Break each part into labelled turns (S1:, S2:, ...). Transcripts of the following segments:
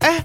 S1: 哎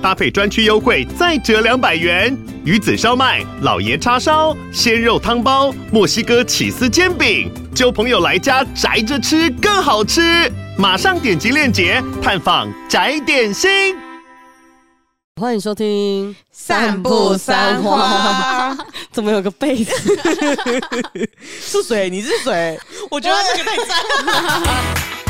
S1: 搭配专区优惠再折两百元。鱼子烧麦、老爷叉烧、鲜肉汤包、墨西哥起司煎饼，就朋友来家宅着吃更好吃。马上点击链接探访宅点心。
S2: 欢迎收听《
S3: 散步三花》，
S2: 怎么有个被子？
S3: 是水，你是水，我觉得这个太赞了。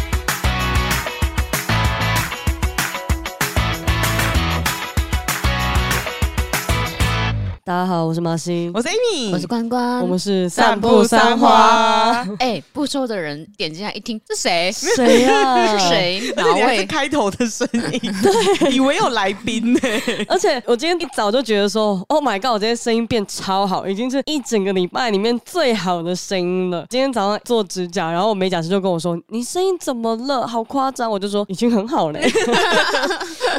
S2: 大家好，我是马欣，
S3: 我是 Amy，
S4: 我是关关，
S2: 我们是
S3: 散步三花，
S4: 哎、不说的人点进来一听，是谁？是
S2: 谁 呀？？
S4: 谁？
S3: 而且
S4: 哪
S3: 你还是
S4: 位？
S3: 开头的声音，对，以为有来宾呢、
S2: 而且我今天一早就觉得说，Oh my god，我今天声音变超好，已经是一整个礼拜里面最好的声音了。今天早上做指甲，然后我美甲师就跟我说：“你声音怎么了？好夸张！”我就说：“已经很好嘞。”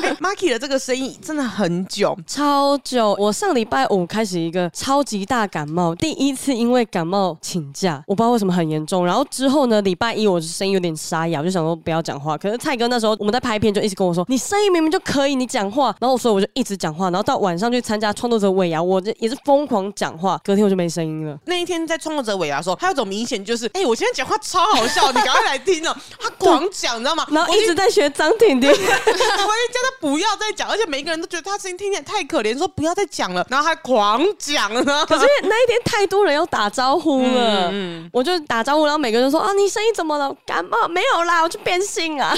S3: 哎 Marky 的这个声音真的很久，
S2: 超久！我上礼拜五开始一个超级大感冒，第一次因为感冒请假，我不知道为什么很严重。然后之后呢，礼拜一我声音有点沙哑，我就想说不要讲话。可是蔡哥那时候我们在拍片，就一直跟我说你声音明明就可以，你讲话。然后所以我就一直讲话，然后到晚上去参加创作者尾牙，我就也是疯狂讲话，隔天我就没声音了。
S3: 那一天在创作者尾牙的时候，他有种明显就是，哎、我今天讲话超好笑，你赶快来听哦。他狂讲，你知道吗？
S2: 然后
S3: 我
S2: 一直在学张婷 婷，
S3: 我就叫他不要再讲，而且每一个人都觉得他声音听起来太可怜，说不要再讲了，然后他狂讲呢。
S2: 可是那一天太多人要打招呼了，我就打招呼，然后每个人都说啊，你声音怎么了？感冒没有啦，我去变性 啊。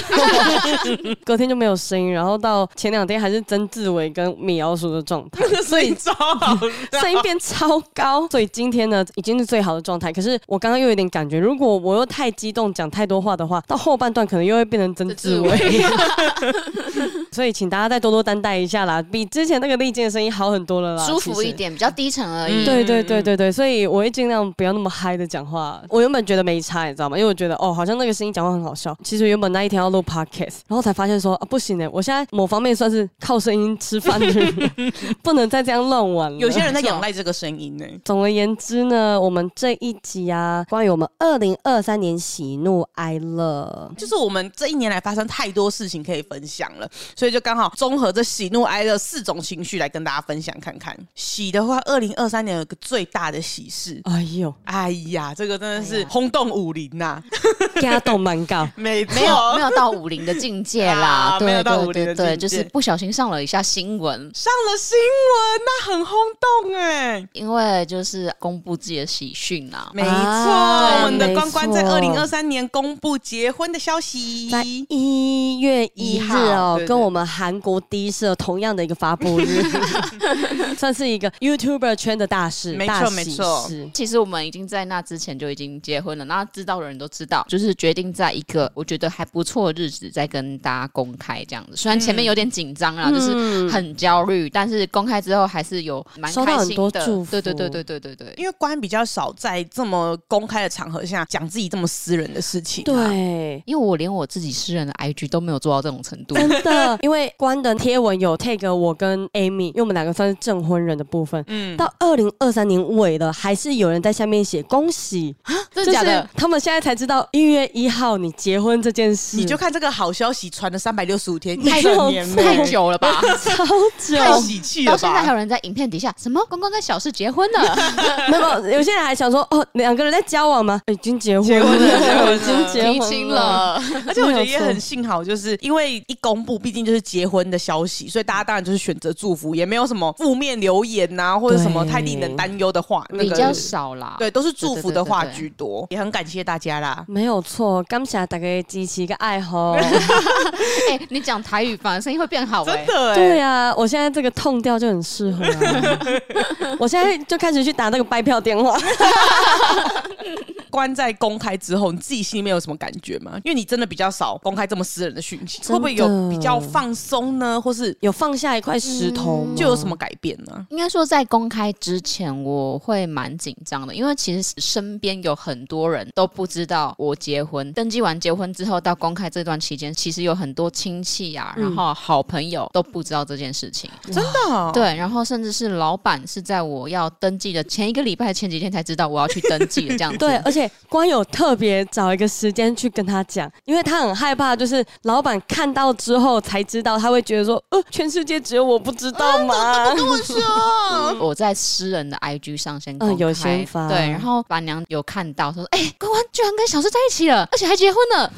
S2: 隔天就没有声音，然后到前两天还是曾志伟跟米老鼠的状 态，所以
S3: 超好笑，
S2: 声音变超高，所以今天呢已经是最好的状态。可是我刚刚又有点感觉，如果我又太激动讲太多话的话，到后半段可能又会变成曾志伟， 所以请大家再多多担待一下啦，比之前那个丽静的声音好很多了啦，
S4: 舒
S2: 其
S4: 服
S2: 实
S4: 一。点，比较低沉而
S3: 嗯
S4: 已。
S2: 对对对对对，所以我会尽量不要那么嗨的讲话。我原本觉得没差，你知道吗？因为我觉得哦，好像那个声音讲话很好笑。其实原本那一天要录 podcast，然后才发现说啊，不行呢，我现在某方面算是靠声音吃饭的人， 不能再这样乱玩了。
S3: 嗯有些人在仰赖这个声音呢、
S2: 总而言之呢，我们这一集啊，关于我们二零二三年喜怒哀乐，
S3: 就是我们这一年来发生太多事情可以分享了，所以就刚好综合这喜怒哀乐四种情绪来跟大家分享看看。喜的话，二零二三年有个最大的喜事，
S2: 哎呦，
S3: 哎呀，这个真的是轰动武林呐、
S2: 加动蛮高。
S3: 没错
S4: 没 有没有到武林的境界啦，
S3: 啊没有
S4: 对
S3: 到
S4: 对
S3: 武林的
S4: 对对，
S3: 境
S4: 就是
S3: 界
S4: 不小心上了一下新闻，
S3: 上了新闻，那很轰动哎、
S4: 因为就是公布自己的喜讯啦。
S3: 没错，
S2: 啊
S3: 我们的关关在
S2: 没
S3: 二零
S2: 错
S3: 二三年公布结婚的消息，
S2: 在一月一日
S3: 一号
S2: 哦
S3: 对，对
S2: 跟我们韩国第一社同样的一个发布 日，算是一个 YouTuber 圈的大事，
S3: 没错
S2: 大喜
S3: 没错
S2: 事
S4: 其实我们已经在那之前就已经结婚了，那知道的人都知道，就是决定在一个我觉得还不错的日子再跟大家公开这样子。虽然
S2: 嗯
S4: 前面有点紧张啦，就是很焦虑，但是公开之后还是有蛮
S2: 收到
S4: 开
S2: 很
S4: 心
S2: 多
S4: 的。
S2: 祝福
S4: 对对对对对对对。
S3: 因为关比较少在这么公开的场合下讲自己这么私人的事情、啊，
S2: 对。
S4: 因为我连我自己私人的 IG 都没有做到这种程度，
S2: 真的，因为关的贴文有 take 我跟 Amy，因为我们两个算是证婚人的部分。
S3: 嗯，
S2: 到二零二三年尾了，还是有人在下面写恭喜，
S4: 真的假
S2: 就
S4: 的
S2: 是？他们现在才知道一月一号你结婚这件事，
S3: 你就看这个好消息传了三百六十五天，
S2: 太
S3: 一整年了
S4: 太久了吧？
S2: 超久，
S3: 太喜气
S4: 到
S3: 了
S4: 现在还
S3: 吧？
S4: 有人在影片底下什么公公跟小四结婚了，
S2: 没有，没有有些人还想说哦，两个人在交往吗？哎已经结婚
S3: 结婚了结婚了
S2: 已经 结婚
S4: 提亲。了，
S3: 而且我觉得
S2: 没有
S3: 也
S2: 错
S3: 很幸好，就是因为一公布，毕竟就是结婚的消息，所以大家当然就是选择祝福，也没有什么负面留言呐、或者什么
S2: 对
S3: 太令人担忧的话，那
S4: 比
S3: 个
S4: 较少啦。
S3: 对，都是祝福的话
S4: 对对对对对
S3: 居多，也很感谢大家啦。
S2: 没有错，感谢大家支持个爱吼。
S4: 哎、你讲台语反而声音会变好、哎。
S3: 真的、欸，
S2: 对啊，我现在这个痛调就很适合、啊。我现在就开始去打那个掰票电话。
S3: 关在公开之后，你自己心里面有什么感觉吗？因为你真的比较少公开这么私人的讯息，
S2: 真的
S3: 会不会有比较放松呢？或是
S2: 有放下一块石头吗
S3: 就有什么改变呢？
S4: 应该说，在公开之前，我会蛮紧张的，因为其实身边有很多人都不知道我结婚。登记完结婚之后，到公开这段期间，其实有很多亲戚啊，然后好朋友都不知道这件事情。
S3: 真的哦、
S4: 对，然后甚至是老板是在我要登记的前一个礼拜、前几天才知道我要去登记的这样子。
S2: 对，而且光有特别找一个时间去跟他讲，因为他很害怕，就是老板看到之后才知道，他会觉得说，呃，全世界只有我不知道 吗？
S3: 跟我说，
S4: 我在私人的 IG 上先公开，
S2: 嗯有先发
S4: 对，然后板娘有看到，她说：“哎、关关居然跟小四在一起了，而且还结婚了。”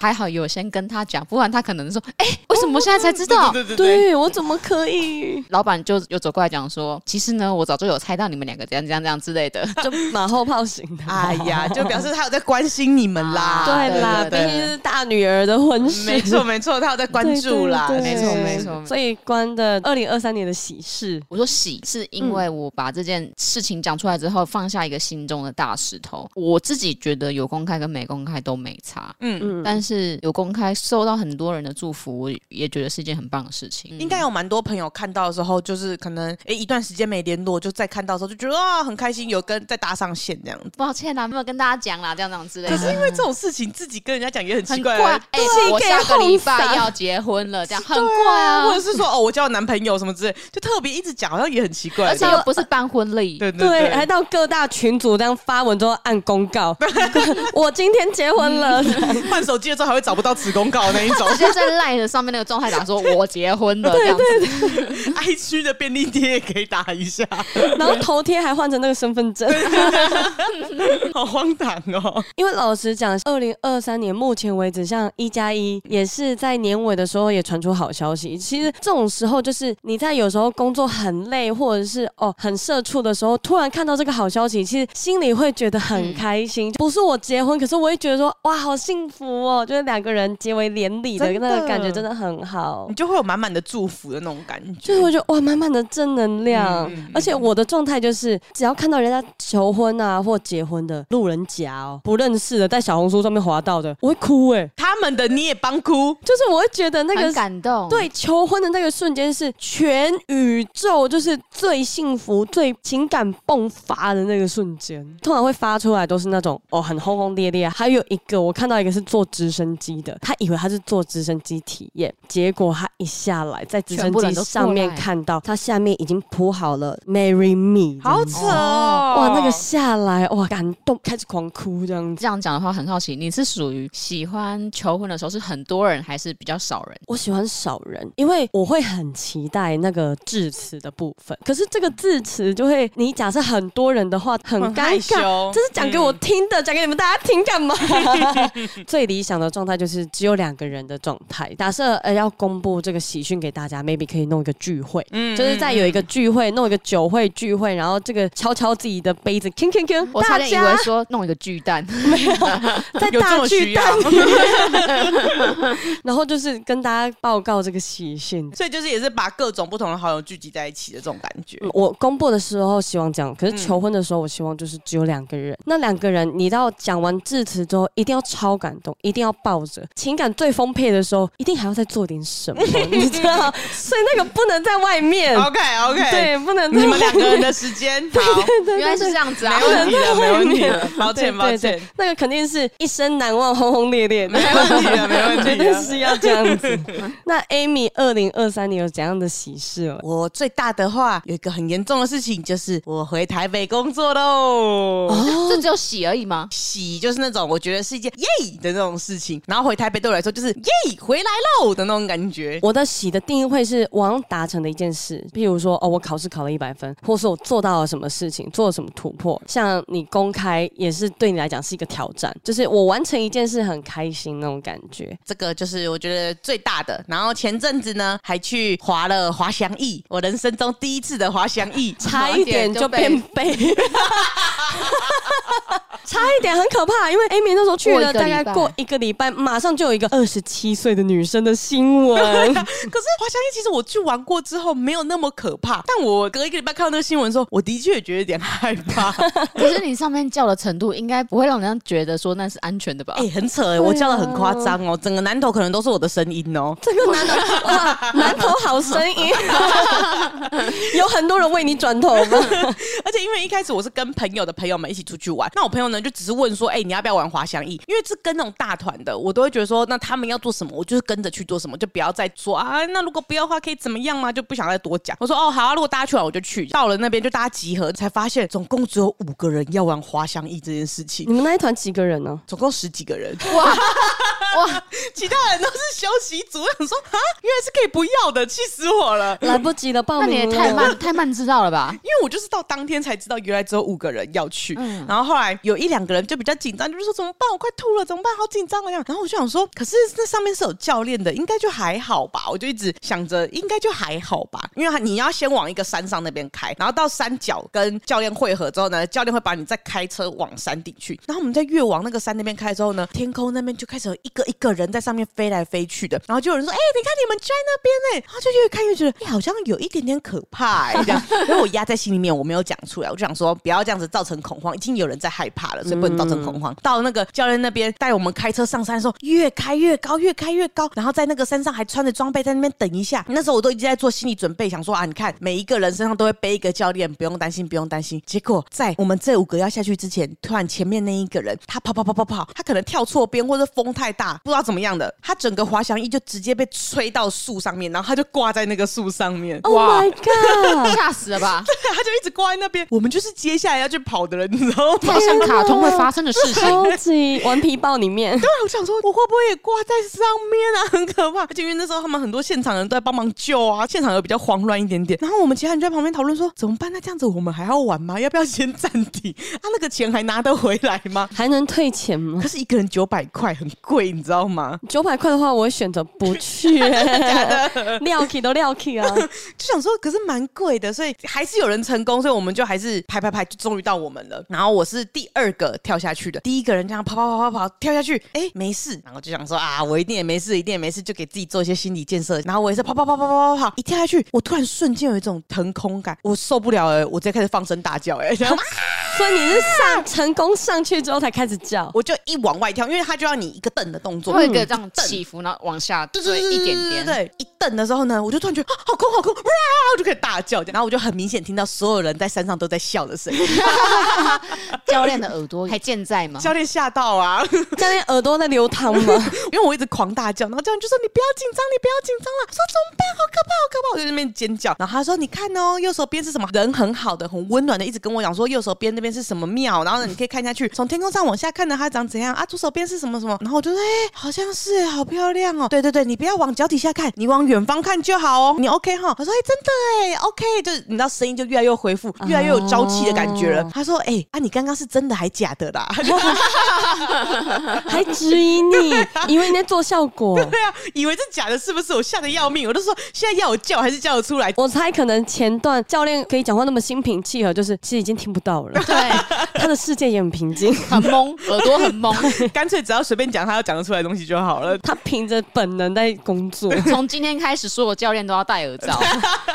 S4: 还好有先跟他讲，不然他可能说：“哎、为什么我现在才知道？”
S3: 对对对，
S2: 对我怎么可以？
S4: 老板就有走过来讲说：“其实呢，我早就有猜到你们两个怎样怎样怎样之类的。
S2: 就马后炮型的。
S3: 哎呀，就表示他有在关心你们啦，
S4: 啊
S2: 对啦，毕
S4: 对对对
S2: 竟是大女儿的婚事，
S3: 没错没错，他有在关注啦，
S2: 对
S4: 没
S2: 对对
S4: 错没错
S2: 所以关的二零二三年的喜事”，
S4: 我说喜是
S2: 嗯
S4: 因为我把这件事情讲出来之后，放下一个心中的大石头。我自己觉得有公开跟没公开都没差，
S3: 嗯。
S2: 嗯，
S4: 但是有公开受到很多人的祝福，我也觉得是一件很棒的事情。
S3: 应该有蛮多朋友看到的时候，就是可能诶、一段时间没联络，就再看到的时候就觉得啊很开心，有跟再搭上线这样子。
S4: 抱歉啦，没有跟大家讲啦，这样这样之类
S3: 可
S4: 的。
S3: 是因为这种事情自己跟人家讲也很奇
S4: 很
S3: 怪
S4: 怪，
S3: 啊，
S4: 哎、
S2: 对
S4: 我下个
S2: 给
S4: 礼
S2: 哄
S4: 拜
S2: 撒
S4: 要结婚了，这样很怪啊
S3: 或者，是说哦我交男朋友什么之类，就特别一直讲，好像也很奇怪。
S4: 而且又不是办婚礼，
S3: 对对
S2: 对，还到各大群组这样发文之后按公告， 我今天结婚 了，
S3: 换手机的时候还会找不到此公告那一 种
S4: 直接在赖的上面那个状态打说我结婚了这样子，
S3: ，I 区的便利贴也可以打一下，
S2: 然后头贴还换成那个身份证。
S3: 好荒唐哦。
S2: 因为老实讲，二零二三年目前为止，像一加一也是在年尾的时候也传出好消息。其实这种时候，就是你在有时候工作很累，或者是哦很社畜的时候，突然看到这个好消息，其实心里会觉得很开心。不是我结婚，可是我会觉得说哇，好幸福哦！就是两个人结为连理的
S3: 真的
S2: 那个感觉，真的很好
S3: 你。就会有满满的祝福的那种感觉。
S2: 就是我觉得哇，满满的正能量，
S4: 嗯
S2: 而且我的状态就是，只要看到人家求婚啊或结婚的路人甲哦，不认识的，在小红书上面滑到的，我会哭哎、
S3: 他们的你也帮哭，
S2: 就是我会觉得那
S4: 很
S2: 个。
S4: 感动。
S2: 对，求婚的那个瞬间是全宇宙就是最幸福、最情感迸发的那个瞬间。通常会发出来都是那种哦，很轰轰烈烈。还有一个我看到一个是坐直升机的，他以为他是坐直升机体验，结果他一下来在直升
S4: 全部人
S2: 机
S4: 都过
S2: 上面
S4: 来
S2: 看到，他下面已经铺好了 “Marry Me”，这样
S3: 好
S2: 子
S3: 扯哦！
S2: 哇，那个下来哇，感动，开始狂哭这样子。
S4: 这样讲的话，很好奇，你是属于喜欢求婚的时候是很多人，还是比较少人？
S2: 我喜欢少人，因为我会很期待那个致辞的部分。可是这个致辞就会，你假设很多人的话，很
S3: 很
S2: 尴
S3: 害
S2: 尬
S3: 羞。
S2: 这是讲给我听的，讲、给你们大家听干 嘛？最理想的状态就是只有两个人的状态。假设呃要公布这个喜讯给大家，maybe 可以弄一个聚会，
S3: 嗯
S2: 就是在有一个聚会，弄一个酒会聚会，然后这个敲敲自己的杯子，铿铿铿，
S4: 我
S2: 大
S4: 差点以为
S2: 家
S4: 说弄一个巨蛋，
S2: 在
S3: 有这
S2: 大
S3: 么需
S2: 巨
S3: 要
S2: 蛋， 然后就是跟大家报告这个喜讯。
S3: 所以就是也是把各种不同的好友聚集在一起的这种感觉。
S2: 嗯我公布的时候希望这样，可是
S3: 嗯
S2: 求婚的时候，我希望就是只有两个人。那两个人，你到讲完致辞之后，一定要超感动，一定要抱着，情感最丰沛的时候，一定还要再做点什么，你知道？ 所以那个不能在外面，
S3: OK OK，，
S2: 嗯对，不能在
S3: 你
S2: 外
S3: 们两个人的时 间，好，
S2: 对
S4: 原来是这样子啊
S3: 没！问题了，没问题了，抱
S2: 对
S3: 歉抱
S2: 对对
S3: 歉，，
S2: 那个肯定是一生难忘，轰轰烈烈的
S3: 没。啊问题了，没问
S2: 绝
S3: 题
S2: 对
S3: 了。
S2: 是要这样 子。那 Amy 二零二三年有怎样的喜事哦了？
S3: 我最大的话有一个很严重的事情，就是我回台北工作喽。
S2: 哦
S4: 这只有喜而已吗？
S3: 喜就是那种我觉得是一件耶的那种事情，然后回台北对我来说就是耶回来喽的那种感觉。
S2: 我的喜的定义会是我好像达成的一件事，譬如说哦，我考试考了一百分，或是我做到了什么事情，做了什么突破。像你公开也是对你来讲是一个挑战，就是我完成一件事很开心那种感觉。
S3: 这个就是我觉得最大的。然后前阵子呢，还去滑了滑翔翼，我人生中第一次的滑翔翼。
S2: 差一点就变背， 差一点很可怕，因为 Amy 那时候去了
S4: 过一个
S2: 大
S4: 礼
S2: 概
S4: 拜
S2: 过一个礼拜，马上就有一个二十七岁的女生的新 闻。
S3: 可是滑翔翼，其实我去玩过之后没有那么可怕，但我隔一个礼拜看到那个新闻的时候，我的确也觉得有点害怕。
S4: 可是你上面叫的程度，应该不会让人家觉得说那是安全的吧？
S3: 哎、很扯哎、我叫的很夸张哦，整个南头可能都是我的声音哦。
S2: 这个男的哇，男头好声音， 有很多人为你转头吗？
S3: 而且因为一开始我是跟朋友的朋友们一起出去玩，那我朋友呢就只是问说，哎、你要不要玩滑翔翼？因为是跟那种大团的，我都会觉得说，那他们要做什么，我就是跟着去做什么，就不要再说啊。那如果不要的话，可以怎么样吗？就不想再多讲。我说哦好啊，如果大家去玩我就去。到了那边就大家集合，才发现总共只有五个人要玩滑翔翼这件事情
S2: 你。们那一团几个人呢、
S3: 总共十几个人，
S4: 哇哇，
S3: 其他人都是休息组。我想说啊，原来是可以不要的，气死我了。
S2: 来不及了，报
S4: 那
S2: 名
S4: 你也
S2: 了
S4: 太慢太慢知道了吧？
S3: 因为我就是到当天才知道，原来只有五个人要去。然后后来有一两个人就比较紧张，就是说怎么办？我快吐了，怎么办？好紧张啊！这样然后我就想说，可是那上面是有教练的，应该就还好吧。我就一直想着，应该就还好吧，因为你要先往一个山上那边开，然后到山脚跟教练汇合之后呢，教练会把你再开车往山顶去。然后我们在越往那个山那边开之后呢，天空那边就开始有一个一个人在上面飞来飞去的。然后就有人说：“哎、你看你们就在那边呢、然后就越看越觉得，哎、好像有一点点可怕、欸，这样。所以我压在心里面，我没有讲出来。我就想说，不要这样子造成恐慌，已经有人在害怕了，所以不能造成恐慌。到那个教练那边带我们开车上山的时候，越开越高，越开越高，然后在那个山上还穿着装备在那边等一下。那时候我都已经在做心理准备，想说啊，你看每一个人身上都会背一个教练，不用担心，不用担心。结果在我们这五个要下去之前，突然前面那一个人他跑跑跑跑跑，他可能跳错边或者风太大，不知道怎么样的，他整个滑翔翼就直接被吹到树上面，然后他就挂在那个树上面。
S2: ！Oh
S4: 哇
S2: my
S3: 嗯
S2: god！
S4: 吓死了吧！
S3: 他就一直挂在那边。我们就是接下来要去跑的人，你知道吗？
S4: 太像卡通会发生的事 情。
S2: 超级顽皮豹里面，
S3: 我想说，我会不会也挂在上面啊？ 很可怕。而且因为那时候他们很多现场人都在帮忙救啊，现场有比较慌乱一点点。然后我们其他人就在旁边讨论说，怎么办？那这样子我们还要玩吗？要不要先暂停？啊，那个钱还拿得回来吗？
S2: 还能退钱吗
S3: 可？是一个人九百块，很贵，你知道吗？
S2: 九百块的话，我会选择不 去、 欸。料 k 都料 k 啊！
S3: 就想说，可是蛮贵的，所以还是有人成功，所以我们就还是拍拍拍，就终于到我们了。然后我是第二个跳下去的，第一个人这样跑跑跑跑跑跳下去，哎，没事。然后就想说啊，我一定也没事，一定也没事，就给自己做一些心理建设。然后我也是跑跑跑跑跑跑跑，一跳下去，我突然瞬间有一种腾空感，我受不了了，我直接开始放声大叫，哎，然后
S2: 所以你是上成功上去之后才开始叫，
S3: 我就一往外跳，因为他就要你一个蹬的动作，
S4: 会有一个这样起伏，然后往下
S3: 对
S4: 坠一点点。
S3: 对，一蹬的时候呢，我就突然觉得、啊、好空好空，哇，我就开始大叫，然后我就很明显听到所有人在山上都在笑的声音，
S4: 教练的耳朵还健在吗？
S3: 教练吓到啊，
S2: 教练耳朵在流淌吗？
S3: 因为我一直狂大叫，然后教练就说你不要紧张，你不要紧张了，我说怎么办？好可怕，好可怕！我就在那边尖叫，然后他说你看哦，右手边是什么？人很好的，很温暖的，一直跟我讲说右手边那边是什么庙，然后呢你可以看下去，从天空上往下看呢，它长怎样啊？左手边是什么什么？然后我就说哎、好像是，好漂亮哦。对对对，你不要往脚底下看，你往远方看就好哦。你 OK 哈？我说哎、真的哎，OK，就是你知道声音就越来越恢复，越来越有朝气的感觉了
S2: 哦。
S3: 他说哎、啊，你刚刚是真的还假的啦？
S2: 还质疑你，以为你在做效果。
S3: 对啊，以为是假的，是不是？我吓得要命，我就说现在要我叫还是叫得出来？
S2: 我猜可能前段教练可以讲话那么心平气和，就是其实已经听不到了，
S4: 对，
S2: 他的世界也很平 静，
S4: 很懵，耳朵很 懵。
S3: 干脆只要随便讲他要讲得出来的东西就好了。
S2: 他凭着本能在工作，
S4: 从今天开始，所有教练都要戴耳罩。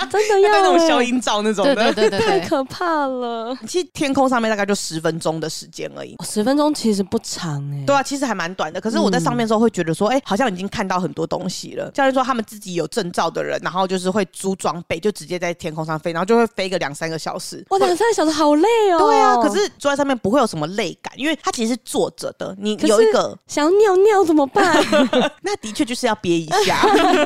S2: 真的
S3: 对
S2: 要
S3: 那种
S2: 欸
S3: 消音罩那种
S4: 对对
S3: 的，
S4: 对 对
S2: 太
S4: 对。
S2: 可怕了。
S3: 其实天空上面大概就十分钟的时间而已。
S2: 十分钟其实不长哎、
S3: 对啊，其实还蛮短的。可是我在上面的时候会觉得说，哎、好像已经看到很多东西了。教练说他们自己有证照的人，然后就是会租装备，就直接在天空上飞，然后就会飞个两三个小时。
S2: 哇，两三个小时好累哦。
S3: 对啊，可是坐在上面不会有什么累感，因为它其实是坐着的。你
S2: 可是
S3: 有一个
S2: 想要尿尿怎么 办？
S3: 那的确就是要憋一下。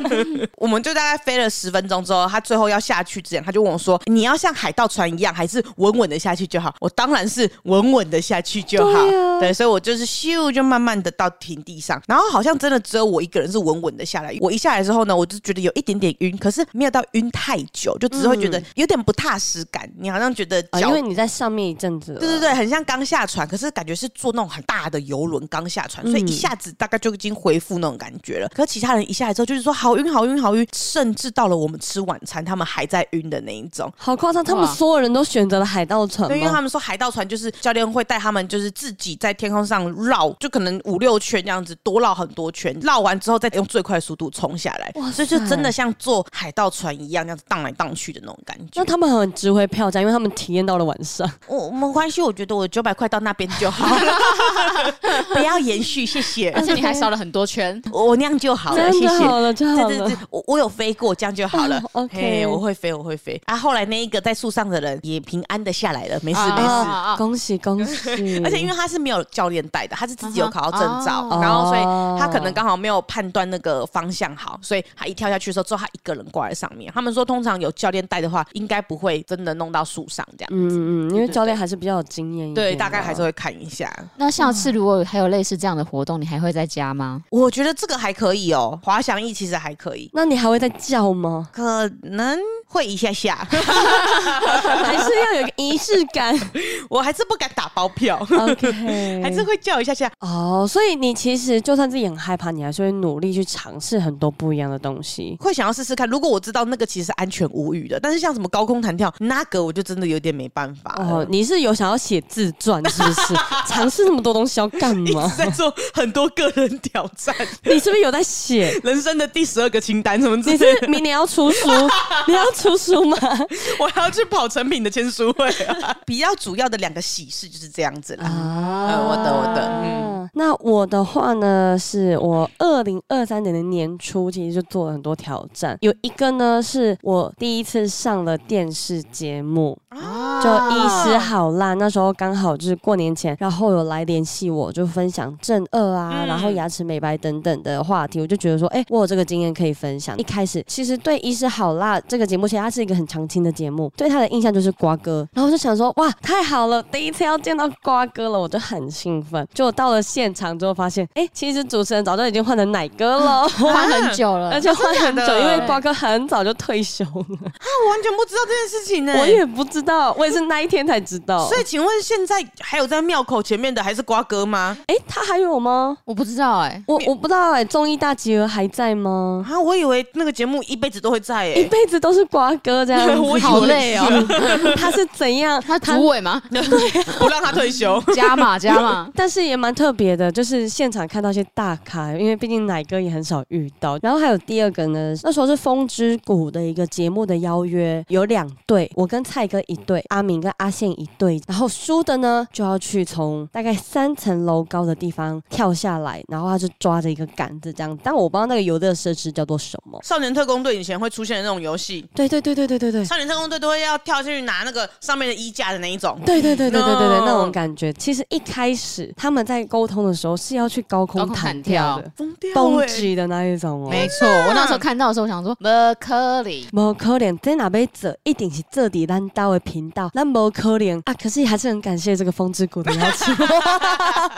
S3: 我们就大概飞了十分钟之后，他最后要下去之前，他就问我说：“你要像海盗船一样，还是稳稳的下去就好？”我当然是稳稳的下去就好。
S2: 对啊
S3: 所以我就是咻，就慢慢的到平地上，然后好像真的只有我一个人是稳稳的下来。我一下来之后呢，我就觉得有一点点晕，可是嗯没有到晕太久，就只是会觉得有点不踏实感。你好像觉得
S2: 啊，
S3: 脚
S2: 因为你在上面一阵阵子了，
S3: 对对对，很像刚下船，可是感觉是坐那种很大的游轮刚下船，所以
S2: 嗯
S3: 一下子大概就已经恢复那种感觉了。可是其他人一下来之后就是说好晕好晕好晕，甚至到了我们吃晚餐，他们还在晕的那一种。
S2: 好夸张！他们
S4: 哇
S2: 所有人都选择了海盗船
S3: 对，因为
S2: 吗
S3: 他们说海盗船就是教练会带他们，就是自己在天空上绕，就可能五六圈这样子，多绕很多圈，绕完之后再用最快速度冲下来，
S2: 哇
S3: 所以就
S2: 塞
S3: 真的像坐海盗船一样，这样子荡来荡去的那种感觉。
S2: 那他们很值回票价，因为他们体验到了晚上。
S3: 我没关系，我觉得我九百块到那边 就好了，不要延续，谢谢
S4: 而。且你还少了很多圈。
S3: 我我那样就好了，
S2: 嗯 真
S3: 谢
S2: 的
S3: 谢。
S2: 好了就好
S3: 对
S2: 了
S3: 对对，我我有飞过，这样就好了
S2: 哦。，OK
S3: 嘿我会飞，我会飞。啊，后来那一个在树上的人也平安的下来了，没事
S4: 啊
S3: 没事。
S2: 啊，恭喜恭喜！
S3: 而且因为他是没有教练带的，他是自己有考到证照
S4: 嗯，
S2: 哼
S3: 然后所以
S2: 哦
S3: 他可能刚好没有判断那个方向好，所以他一跳下去的时候，只有他一个人挂在上面。他们说，通常有教练带的话，应该不会真的弄到树上这样。
S2: 嗯嗯，因为教练还是比较有经验一点啊，
S3: 对，大概还是会看一下。
S4: 那下次如果还有类似这样的活动，你还会再加吗？
S3: 我觉得这个还可以哦，滑翔翼其实还可以，？
S2: 那你还会再叫吗
S3: 可能会一下下，
S2: 还是要有个仪式感
S3: 我还是不敢打包票，
S2: ？OK，
S3: 还是会叫一下下。
S2: 哦，所以你其实就算自己很害怕，你还是会努力去尝试很多不一样的东西。
S3: 会想要试试看，如果我知道那个其实是安全无虞的，但是像什么高空弹跳那个，我就真的有点没办法了。
S2: 哦，你是有想要写自传是不是？尝试那么多东西要干
S3: 一
S2: 嘛
S3: 直？在做很多个人挑战，
S2: 你是不是有在写？
S3: 人生的第十二个清单什么之
S2: 你是
S3: 类
S2: 不是
S3: 的，
S2: 明年要出书？你要出书吗？
S3: 我还要去跑成品的签书会、啊。 比较主要的两个喜事就是这样子啦。
S2: 啊
S3: 嗯我的我的嗯
S2: 那我的话呢，是我二零二三年的年初，其实就做了很多挑战。有一个呢，是我第一次上了电视节目，
S3: 啊
S2: 就医师好辣。那时候刚好就是过年前，然后有来联系我，就分享正二啊，
S3: 嗯
S2: 然后牙齿美白等等的话题，我就觉得说，哎、我有这个经验可以分享。一开始其实对医师好辣这个节目，其实它是一个很常青的节目，对他的印象就是瓜哥。然后我就想说，哇，太好了，第一次要见到瓜哥了，我就很兴奋。结果到了现场之后，发现，哎、其实主持人早就已经换成奶哥了。
S4: 花很久了，
S2: 而
S3: 呃
S2: 且换很久，
S3: 真的假的
S2: 因为瓜哥很早就退休了，
S3: 我完全不知道这件事情呢、
S2: 我也不知道，我也是那一天才知道。
S3: 所以，请问现在还有在庙口前面的还是瓜哥吗？
S2: 哎、他还有吗？
S4: 我不知道哎、
S2: 我我不知道哎、综艺大集合还在吗？
S3: 啊，我以为那个节目一辈子都会在欸诶、
S2: 一 辈子都是瓜哥这样
S3: 我
S2: 子，
S3: 以为好
S4: 累哦
S2: 是。 他是怎样？，
S4: 他主委吗？
S3: 不让他退休。
S4: 加码加码
S2: 但是也蛮特别的，就是现场看到一些大咖，因为毕竟奶哥也很少遇到。然后还有第二个呢，那时候是《风之谷》的一个节目的邀约，有两队，我跟蔡哥一队，阿明跟阿宪一队。然后输的呢，就要去从大概三层楼高的地方跳下来，然后他就抓着一个杆子这样。但我不知道那个游乐设施叫做什么。
S3: 少年特工队以前会出现的那种游戏，
S2: 对对对对对对对。
S3: 少年特工队都会要跳下去拿那个上面的衣架的那一种。
S2: 对对对对对对对，
S3: No
S2: 那种感觉。其实一开始他们在沟通的时候是要去高空
S4: 高空
S2: 弹
S4: 弹
S2: 跳
S4: 跳
S2: 的，
S3: 疯掉
S2: 蹦
S3: 欸
S2: 极的那一种哦。
S4: 没错。我那时候看到的时啊候，我想说，不可能。
S2: 无可能，在哪边走，一定是这里咱到的频道，那无可能啊！可是还是很感谢这个风之谷的邀请，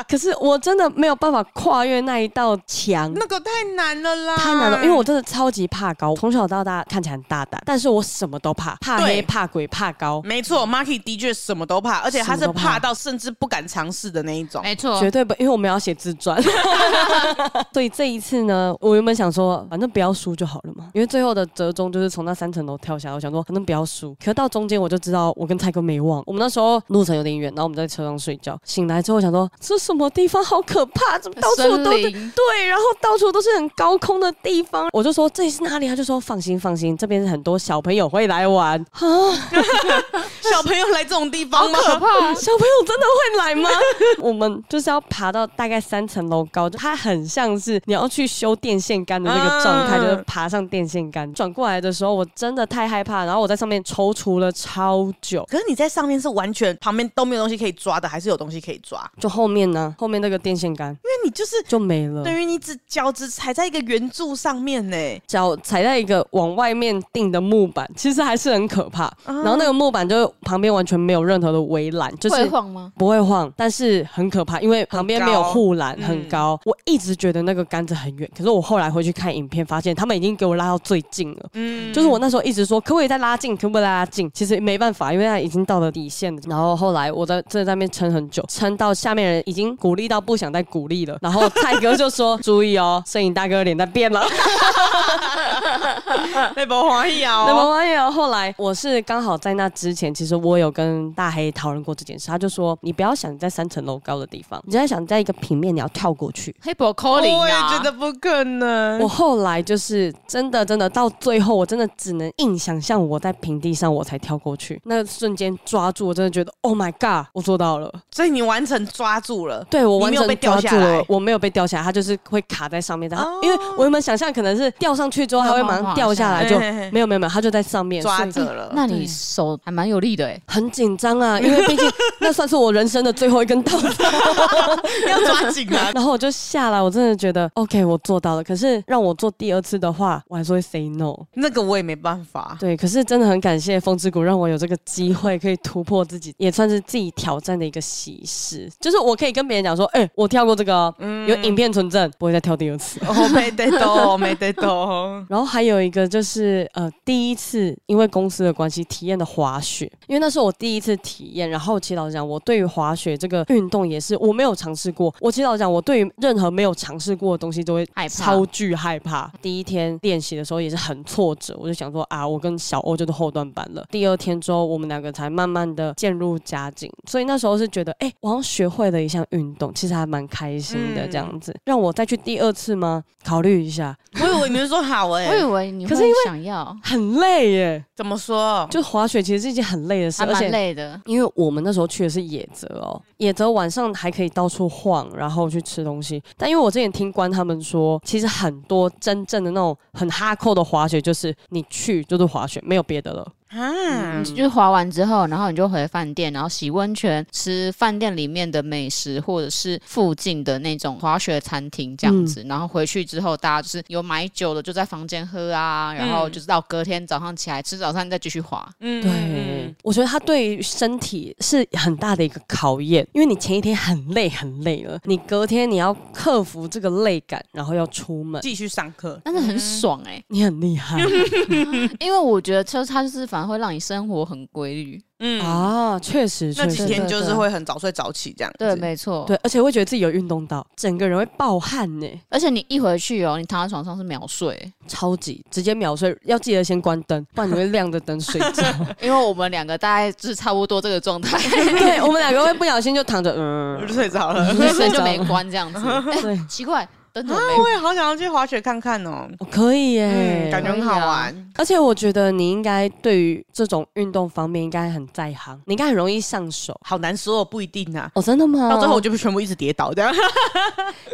S2: 可是我真的没有办法跨越那一道墙，
S3: 那个太难了啦，
S2: 太难了，因为我真的超级怕高，从小到大看起来很大胆，但是我什么都怕，怕黑、
S3: 对
S2: 怕鬼、怕高，
S3: 没错，Marky 的确什么都怕，而且他
S2: 什
S3: 是
S2: 么都怕哎
S3: 怕到甚至不敢尝试的那一种。
S4: 没错
S2: 绝，对不，因为我们要写自 传，所以这一次呢，我原本想说，反正不要输就好了嘛，因为最后的折中就是从那三层楼跳下来，我想说反正不要输。可是到中间我就知道我跟蔡哥没望，我们那时候路程有点远，然后我们在车上睡觉，醒来之后想说这什么地方好可怕，怎么到处
S4: 森
S2: 都是
S4: 林
S2: 对，然后到处都是很高空的地方，我就说这里是哪里，他就说放心放心，这边很多小朋友会来玩啊，
S3: 小朋友来这种地方吗？
S4: 怕。
S2: 小朋友真的会来吗？ 我们就是要爬到大概三层楼高，就它很像是你要去修电线杆的那个状态，
S3: 嗯
S2: 就是爬上电线杆。转过来的时候，我真的太害怕，然后我在上面踌躇了超久。
S3: 可是你在上面是完全旁边都没有东西可以抓的，还是有东西可以抓？
S2: 就后面呢，后面那个电线杆
S3: 因为你就是
S2: 就没了。
S3: 啊等于你只脚趾踩在一个圆柱上面呢、欸
S2: 脚踩在一个往外面定的木板，其实还是很可怕。然后那个木板就旁边完全没有任何的围栏，就是
S4: 会晃吗？
S2: 不会晃，但是很可怕，因为旁边没有护栏，
S3: 高
S2: 很高。我一直觉得那个杆子很远，可是我后来回去看影片，发现他们已经给我拉到最近了。
S3: 嗯
S2: 就是我那时候一直说，可不可以再拉近，可不可以再拉近？其实没办法，因为它已经到了底线了。然后后来我在真的在那边撑很久，撑到下面人已经鼓励到不想再鼓励了。然后蔡哥就说：“ 注意哦，摄影大哥脸在变了。”
S3: 那不欢喜啊，
S2: 那么网友后来，我是刚好在那之前，其实我有跟大黑讨论过这件事，他就说你不要想你在三层楼高的地方，你在想在一个平面你要跳过去。
S4: 黑博 c a
S3: 我也觉得不可能。
S2: 我后来就是真的真的到最后，我真的只能硬想象我在平地上我才跳过去，那瞬间抓住，我真的觉得 Oh my God，我做到了。
S3: 所以你完成抓住了，
S2: 对我
S3: 你
S2: 完
S3: 没有
S2: 整
S3: 被
S2: 抓
S3: 掉
S2: 住
S3: 下
S2: 了
S3: 来，。
S2: 我没有被掉下来，它就是会卡在上面的。它
S3: 哦
S2: 因为我原本想象可能是掉上去之后它会马上掉下来，就
S3: 晃晃下来
S2: 没有没有没有，它就在上面
S3: 抓
S2: 所以
S3: 着了。
S4: 那你手还蛮有力的哎、
S2: 很紧张啊， 因为毕竟那算是我人生的最后一根稻草。
S3: 要抓紧啊！
S2: 然后我就下来，我真的觉得 OK，我做到了。可是让我做第二次的话，我还是会 say no。
S3: 那个我也没办 法。
S2: 对，可是真的很感谢风之谷，让我有这个机会可以突破自己，也算是自己挑战的一个喜事。就是我可以跟别人讲说，哎、我跳过这个、哦，有影片存证，不会再跳第二次。
S3: 我没得动，没得动。
S2: 然后还有一个就是呃，第一次因为公司的关系体验的滑雪，因为那是我第一次体验。然后其实老实讲，我对于滑雪这个运动也是我没有尝试过。我其实老实讲，我对于任何没有尝试过的东西都会
S4: 害怕
S2: 超巨害怕。第一天练习的时候也是很挫折，我就想说啊，我跟小欧就是后段班了。第二天之后，我们两个才慢慢的渐入佳境，所以那时候是觉得，哎、我好像学会了一项运动，其实还蛮开心的
S3: 嗯
S2: 这样子。让我再去第二次吗？考虑一下。
S3: 我以为你是说好哎、
S4: 我以为你
S2: 可
S4: 会
S2: 是因
S4: 想要，
S2: 很累耶，
S3: 怎么说？
S2: 就滑雪其实是一件很累的事，
S4: 还
S2: 而
S4: 蛮
S2: 且。
S4: 累的。
S2: 因为我们那时候去的是野泽哦，野泽晚上还可以到处晃，然后去吃东西。但因为我之前听官他们说，其实很多真正的那种很哈扣的滑雪，就是你去就是滑雪，没有别的了。
S3: 啊，
S4: 你就是滑完之后，然后你就回饭店，然后洗温泉，吃饭店里面的美食，或者是附近的那种滑雪餐厅这样子。然后回去之后，大家就是有买酒的就在房间喝啊，然后就是到隔天早上起来吃早餐再继续滑。
S3: 嗯
S2: 对，我觉得它对于身体是很大的一个考验，因为你前一天很累很累了，你隔天你要克服这个累感，然后要出门，
S3: 继续上课。
S4: 但是很爽哎、
S2: 你很厉害
S4: 因为我觉得车它就是反而会让你生活很规律。
S3: 嗯啊，
S2: 啊！确实，
S3: 那
S2: 确
S3: 几
S2: 实
S3: 天就是会很早睡早起这样子。
S4: 对，没错。
S2: 对，而且会觉得自己有运动到，整个人会暴汗呢，
S4: 而且你一回去哦，你躺在床上是秒睡，
S2: 超级直接秒睡。要记得先关 灯，不然你会亮着灯睡觉。
S4: 因为我们两个大概就是差不多这个状态，
S2: 对我们两个会不小心就躺着，嗯
S3: 我就，睡着了。
S4: 所以就没关这样子。 哎
S2: 对，啊
S4: 奇怪，灯怎么
S3: 我
S4: 没？。
S3: 也好想要去滑雪看看哦，
S2: 我可以啊耶
S3: 嗯，。感觉很好玩。
S2: 而且我觉得你应该对于这种运动方面应该很在行，你应该很容易上手。
S3: 好难说，哦，不一定啊。
S2: 哦，真的吗？
S3: 到最后我就全部一直跌倒这样，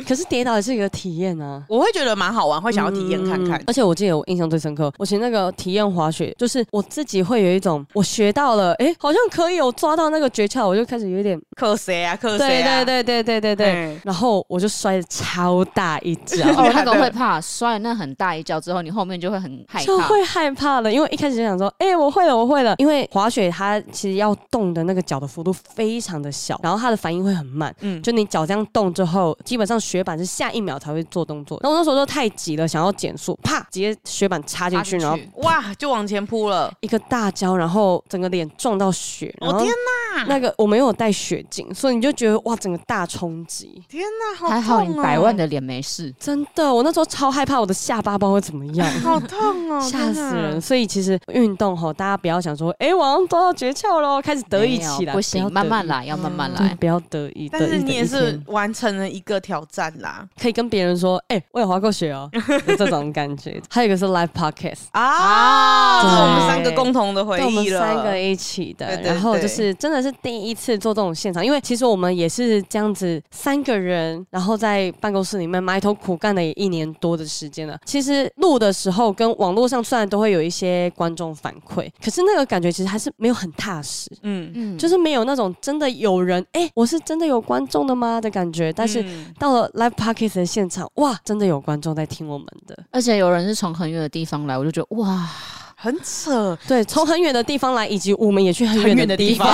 S2: 可是跌倒也是一个体验啊。
S3: 我会觉得蛮好玩，会想要体验看看
S2: 嗯。而且我记得我印象最深刻，我前那个体验滑雪，就是我自己会有一种我学到了，哎、好像可以有抓到那个诀窍，我就开始有一点
S3: 克谁啊？克谁
S2: 对
S3: 啊？
S2: 对对对对对对。
S3: 嗯
S2: 然后我就摔了超大一跤
S4: 哦，那个
S3: 对
S4: 会怕摔那很大一跤之后，你后面就会很害
S2: 就
S4: 怕。
S2: 会害怕了，因为一开始就想说，哎、我会了，我会了。因为滑雪它其实要动的那个脚的幅度非常的小，然后它的反应会很慢。
S3: 嗯，
S2: 就你脚这样动之后，基本上雪板是下一秒才会做动作。然后我那时候就太急了，想要减速，啪，直接雪板插进
S4: 插
S2: 去，
S4: 进
S2: 然后
S4: 去
S3: 哇，就往前扑了。
S2: 一个大跤，然后整个脸撞到雪。
S3: 我
S2: 然后
S3: 哦天
S2: 那个我没有带雪镜，所以你就觉得哇，整个大冲击。
S3: 天哪，好
S4: 还
S2: 啊
S4: 好你
S3: 痛哦
S4: 百万的脸没事。
S2: 真的，我那时候超害怕我的下巴不知道会怎么样。
S3: 好痛 哦，
S2: 吓死
S3: 天
S2: 人！
S3: 哪！
S2: 所以其实运动吼，大家不要想说，哎、我好像抓到诀窍喽，开始得意起
S4: 没有
S2: 来，
S4: 不
S2: 要
S4: 行，
S2: 得
S4: 慢慢
S2: 意，
S4: 来，要慢慢
S2: 对
S4: 来。
S2: 不要得意。
S3: 但
S2: 得
S3: 是
S2: 意的
S3: 你也
S2: 一
S3: 是
S2: 天
S3: 完成了一个挑战啦
S2: 可以跟别人说，哎、我也滑过雪哦， 有这种感觉。还有一个是 live podcast。
S3: 啊！这是我们三个
S4: 对
S3: 共同的回
S2: 对，我们
S3: 忆了。
S2: 三个一起的，
S3: 对对
S2: 然后
S3: 对
S2: 就是真的是第一次做这种现场，因为其实我们也是这样子三个人，然后在办公室里面埋头苦干了也一年多的时间了。其实录的时候跟网络上虽然都会有一些观众反馈，可是那个感觉其实还是没有很踏实。
S3: 嗯，
S4: 嗯，
S2: 就是没有那种真的有人，哎、我是真的有观众的吗的感觉。但是
S3: 嗯
S2: 到了 live podcast 的现场，哇，真的有观众在听我们的，
S4: 而且有人是从很远的地方来，我就觉得哇，
S3: 很扯。
S2: 对，从很远的地方来，以及我们也去很
S3: 很
S2: 远
S3: 远
S2: 的
S3: 的
S2: 地
S3: 地
S2: 方，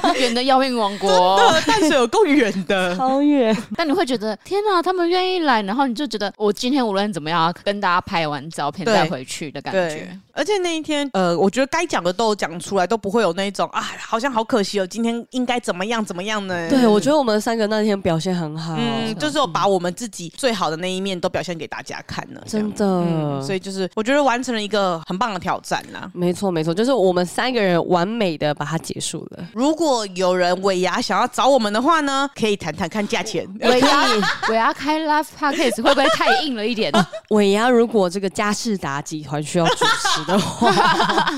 S4: 方， 远的要命王国。哦
S3: 呃，淡水有够远 的，
S2: 超 远。
S4: 但你会觉得天啊，他们愿意来，然后你就觉得我今天无论怎么样跟大家拍完照片
S3: 对
S4: 再回去的感觉
S3: 对。，而且那一天，呃，我觉得该讲的都有讲出来，都不会有那种啊，好像好可惜哦，今天应该怎么样怎么样呢？
S2: 对，我觉得我们三个那天表现很好，
S3: 嗯，就是有把我们自己最好的那一面都表现给大家看了，这样
S2: 真的。
S3: 嗯，所以就是我觉得完成了一个很棒的挑战啦。
S2: 没错，没错，就是我们三个人完美的把它结束了。
S3: 如果有人尾牙想要找我们的话呢，可以谈谈看价钱。
S4: 尾 牙，尾牙开 live podcast 会不会太硬了 一点？
S3: 哦
S2: 尾牙如果这个佳士达集团需要主持的话，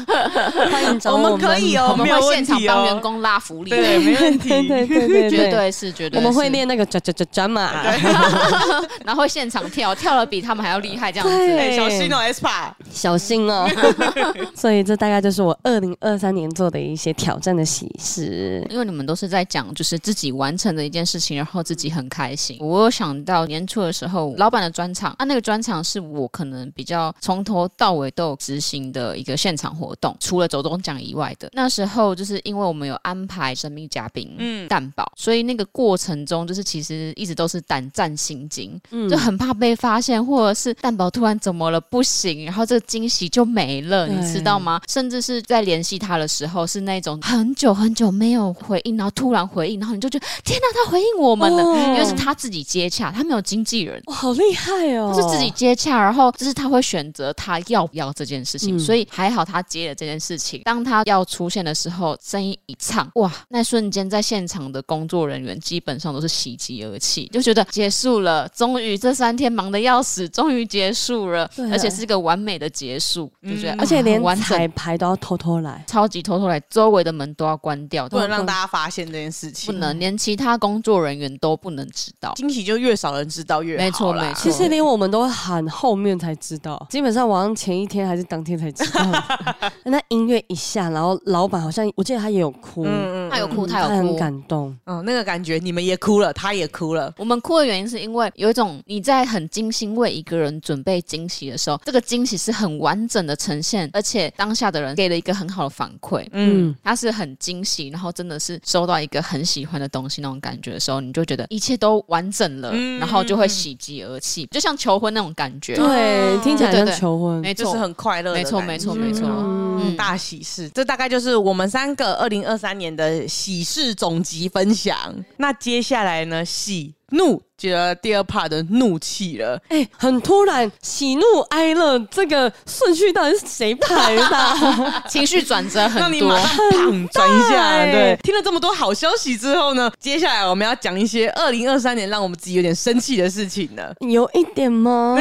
S2: 欢迎找
S3: 我
S2: 们。
S3: 们可以哦
S4: 我们
S3: 没有
S4: 会
S3: 问
S4: 现场
S3: 题
S4: 帮
S3: 哦
S4: 员工拉福 利，
S3: 对，没问题。
S2: 对对对对
S4: 绝
S2: 对，
S4: 对是绝对。
S2: 我们会，练那个转转转转嘛。
S4: 然后会现场跳，跳的比他们还要厉害，这样子。
S3: 哎
S2: 对，
S3: 小心哦，S p a
S2: 小心 哦。所以这大概就是我二零二三年做的一些挑战的喜事。
S4: 因为你们都是在讲就是自己完成的一件事情，然后自己很开心。我有想到年初的时候，老板的专场，啊，那个专场是我可能比较从头到尾都有执行的一个现场活动，除了走中奖以外的。那时候就是因为我们有安排神秘嘉宾，嗯，蛋堡，所以那个过程中就是其实一直都是胆战心惊，
S2: 嗯
S4: 就很怕被发现，或者是蛋堡突然怎么了不行，然后这个惊喜就没了，
S2: 对
S4: 你知道吗？甚至是在联系他的时候，是那种很久很久没有回应，然后突然回应，然后你就觉得天哪，他回应我们了，
S2: 哦
S4: 因为是他自己接洽，他没有经纪人。
S2: 哇，好厉害哦！
S4: 他是自己接洽，然后就是他会选择他要不要这件事情，
S2: 嗯
S4: 所以还好他接了这件事情。当他要出现的时候，声音一唱，哇，那瞬间在现场的工作人员基本上都是喜极而泣，就觉得结束了，终于这三天忙得要死，终于结束了
S2: 对，啊嗯
S4: 而且是个完美的结束，就觉得、啊
S2: 而且连
S4: 哇很完
S2: 彩
S4: 整。
S2: 排都要偷偷来。
S4: 超级偷偷来，周围的门都要关掉，
S3: 不能让大家发现这件事
S4: 不
S3: 情。
S4: 能连其他工作人员都不能知道。
S3: 惊喜就越少人知道越好
S4: 没错
S3: 啦
S4: 没错
S2: 啊其实连我们都会喊后面才知道，基本上我好像前一天还是当天才知 道。那音乐一下，然后老板好像我记得他也有哭，
S3: 嗯嗯
S4: 他有哭，
S2: 他
S4: 他有
S2: 很
S4: 哭，
S2: 感动。
S3: 嗯，那个感觉，你们也哭了，他也哭了。
S4: 我们哭的原因是因为有一种你在很精心为一个人准备惊喜的时候，这个惊喜是很完整的呈现，而且当下的人给了一个很好的反馈。
S3: 嗯，
S2: 嗯，
S4: 他是很惊喜，然后真的是收到一个很喜欢的东西那种感觉的时候，你就觉得嗯一切都完整了，
S3: 嗯
S4: 然后就会喜极而泣，就像求婚那种感觉。
S2: 对，听起来
S4: 对
S2: 像
S4: 对对
S2: 求婚。
S4: 没
S3: 就
S4: 错
S3: 是，很快乐的
S4: 没
S3: 感
S4: 错
S3: 觉。
S4: 没错没错
S3: 嗯
S4: 嗯
S3: 大喜事，这大概就是我们三个二零二三年的喜事总集分享。那接下来呢，喜怒，接着第二 part 的怒气了。
S2: 哎、很突然，喜怒哀乐这个顺序到底是谁排的啊、
S4: 情绪转折
S3: 让
S4: 很
S3: 你
S4: 多
S3: 马。上砰转一下，
S2: 欸
S3: 对。听了这么多好消息之后呢，接下来我们要讲一些二零二三年让我们自己有点生气的事情 了。
S2: 有一点吗？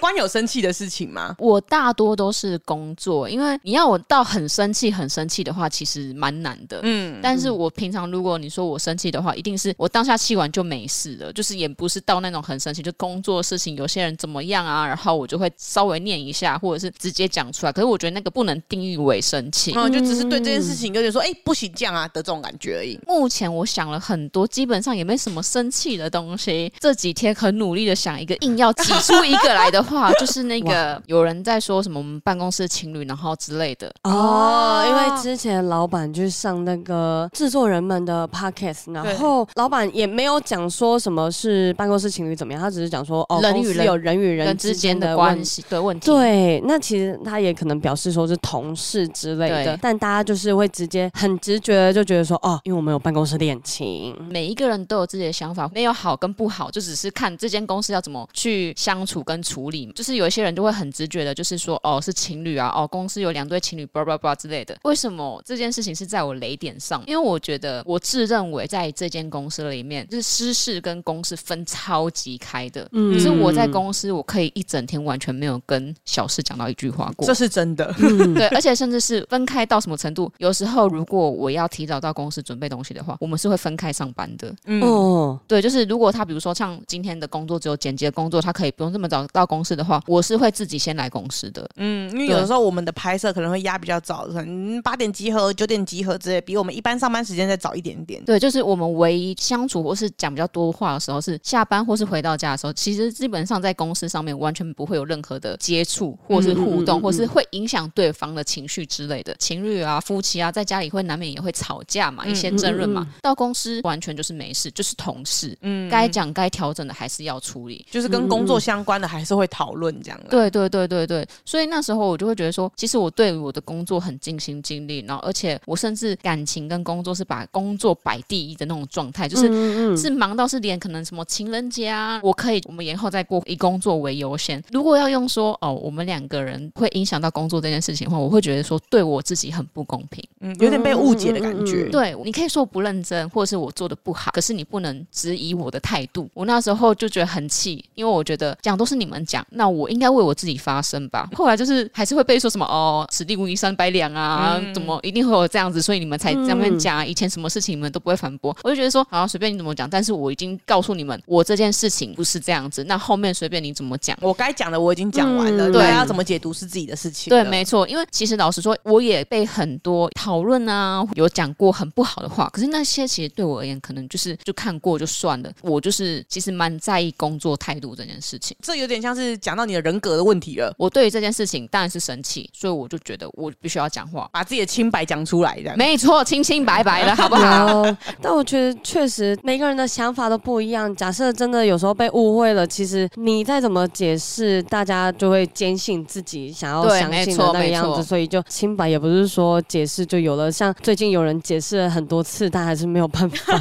S3: 关有生气的事情吗？
S4: 我大多都是工作，因为你要我到很生气、很生气的话，其实蛮难的。
S3: 嗯，
S4: 但是我平常如果你说我生气的话，一定是我当下气完就没事了，就是也不是到那种很生气，就工作事情有些人怎么样啊，然后我就会稍微念一下，或者是直接讲出来。可是我觉得那个不能定义为生气。
S3: 嗯，就只是对这件事情有点说，哎、不行这样啊的这种感觉而已。
S4: 目前我想了很多，基本上也没什么生气的东西。这几天很努力的想一个，硬要挤出一个来的 话，就是那个有人在说什么我们办公室情侣，然后之类的。
S2: 哦，因为之前老板去上那个制作人们的 podcast，然后老板也没有讲说什么是办公室情侣怎么样，他只是讲说哦，
S4: 人与
S2: 公司
S4: 人
S2: 有人与人
S4: 人
S2: 之
S4: 之
S2: 间
S4: 间
S2: 的
S4: 的
S2: 关
S4: 关
S2: 系。
S4: 系的问题，
S2: 对，那其实他也可能表示说是同事之类的
S4: 对，
S2: 但大家就是会直接很直觉的就觉得说哦，因为我们有办公室恋情，
S4: 每一个人都有自己的想法，没有好跟不好，就只是看这间公司要怎么去相处跟处理。就是有一些人就会很直觉的，就是说哦是情侣啊，哦公司有两对情侣，叭叭叭之类的。为什么这件事情是在我雷点上？因为我觉得我自认为在这间公司里面，就是私事跟公事分超级开的。
S2: 嗯
S4: 就是我在公司，我可以一整天完全没有跟小事讲到一句话过，
S3: 这是真的，
S4: 对，而且甚至是分开到什么程度？有时候如果我要提早到公司准备东西的话，我们是会分开上班的。
S3: 嗯，
S2: 哦，
S4: 对，就是如果他比如说像今天的工作只有剪辑的工作，他可以不用这么早到公司的话，我是会自己先来公司的。
S3: 嗯，因为有的时候我们的拍摄可能会压比较早，可能八点集合、九点集合之类，比我们一般上班时间再早一点点。
S4: 对，就是我们唯一相处或是讲比较多话的时候是下班或是回到家的时候，其实基本上在公司上面完全不会有任何的接触或是互动，或是会影响对方的情绪之类的。情侣啊、夫妻啊，在家里会难免也会吵架嘛，一些争论嘛。到公司完全就是没事，就是同事，嗯，该讲该调整的还是要处理。
S3: 就是跟工作相关的还是会讨论这样啦。
S4: 对对对对对，所以那时候我就会觉得说，其实我对我的工作很尽心尽力，然后而且我甚至感情跟工作是把工作摆第一的那种状态，
S2: 嗯
S4: 就是、是忙到是连可能什么情人节啊，我可以我们延后再过，以工作为优先。如果要用说哦，我们两个人会影响到工作这件事情的话，我会觉得说对我自己很不公平。
S3: 嗯，有点被误解的感觉。
S4: 对你可以说我不认真，或者是我做的不好，可是你不能质疑我的态度。我那时候就觉得很气，因为我觉得讲都是你们讲，那我应该为我自己发声吧。后来就是还是会被说什么哦，此地无银三百两啊，怎么一定会有这样子，所以你们才这么讲啊。以前什么事情你们都不会反驳，我就觉得说好、随便你怎么讲，但是我已经告诉你们，我这件事情不是这样子，那后面随便你怎么讲。
S3: 我该讲的我已经讲完了，
S2: 嗯
S3: 对，
S4: 对
S3: 要怎么解读是自己的事情了。
S4: 对，没错，因为其实老实说，我也被很多讨论啊，有讲过很不好的话，可是那些其实对我而言，可能就是就看过就算了。我就是其实蛮在意工作态度这件事情。
S3: 这有点像是讲到你的人格的问题了，
S4: 我对于这件事情当然是生气，所以我就觉得我必须要讲话。
S3: 把自己的清白讲出来这样。
S4: 没错，清清白白的，好不 好？
S2: 有，但我觉得确实每个人的想法都不一样。假设真的有时候被误会了，其实你再怎么解释，大家就会坚信自己想要
S4: 对
S2: 相
S4: 没
S2: 信
S4: 错
S2: 的那个
S4: 没
S2: 样
S4: 错
S2: 子，所以就清白也不是说解释就有了。像最近有人解释了很多次，但还是没有办 法。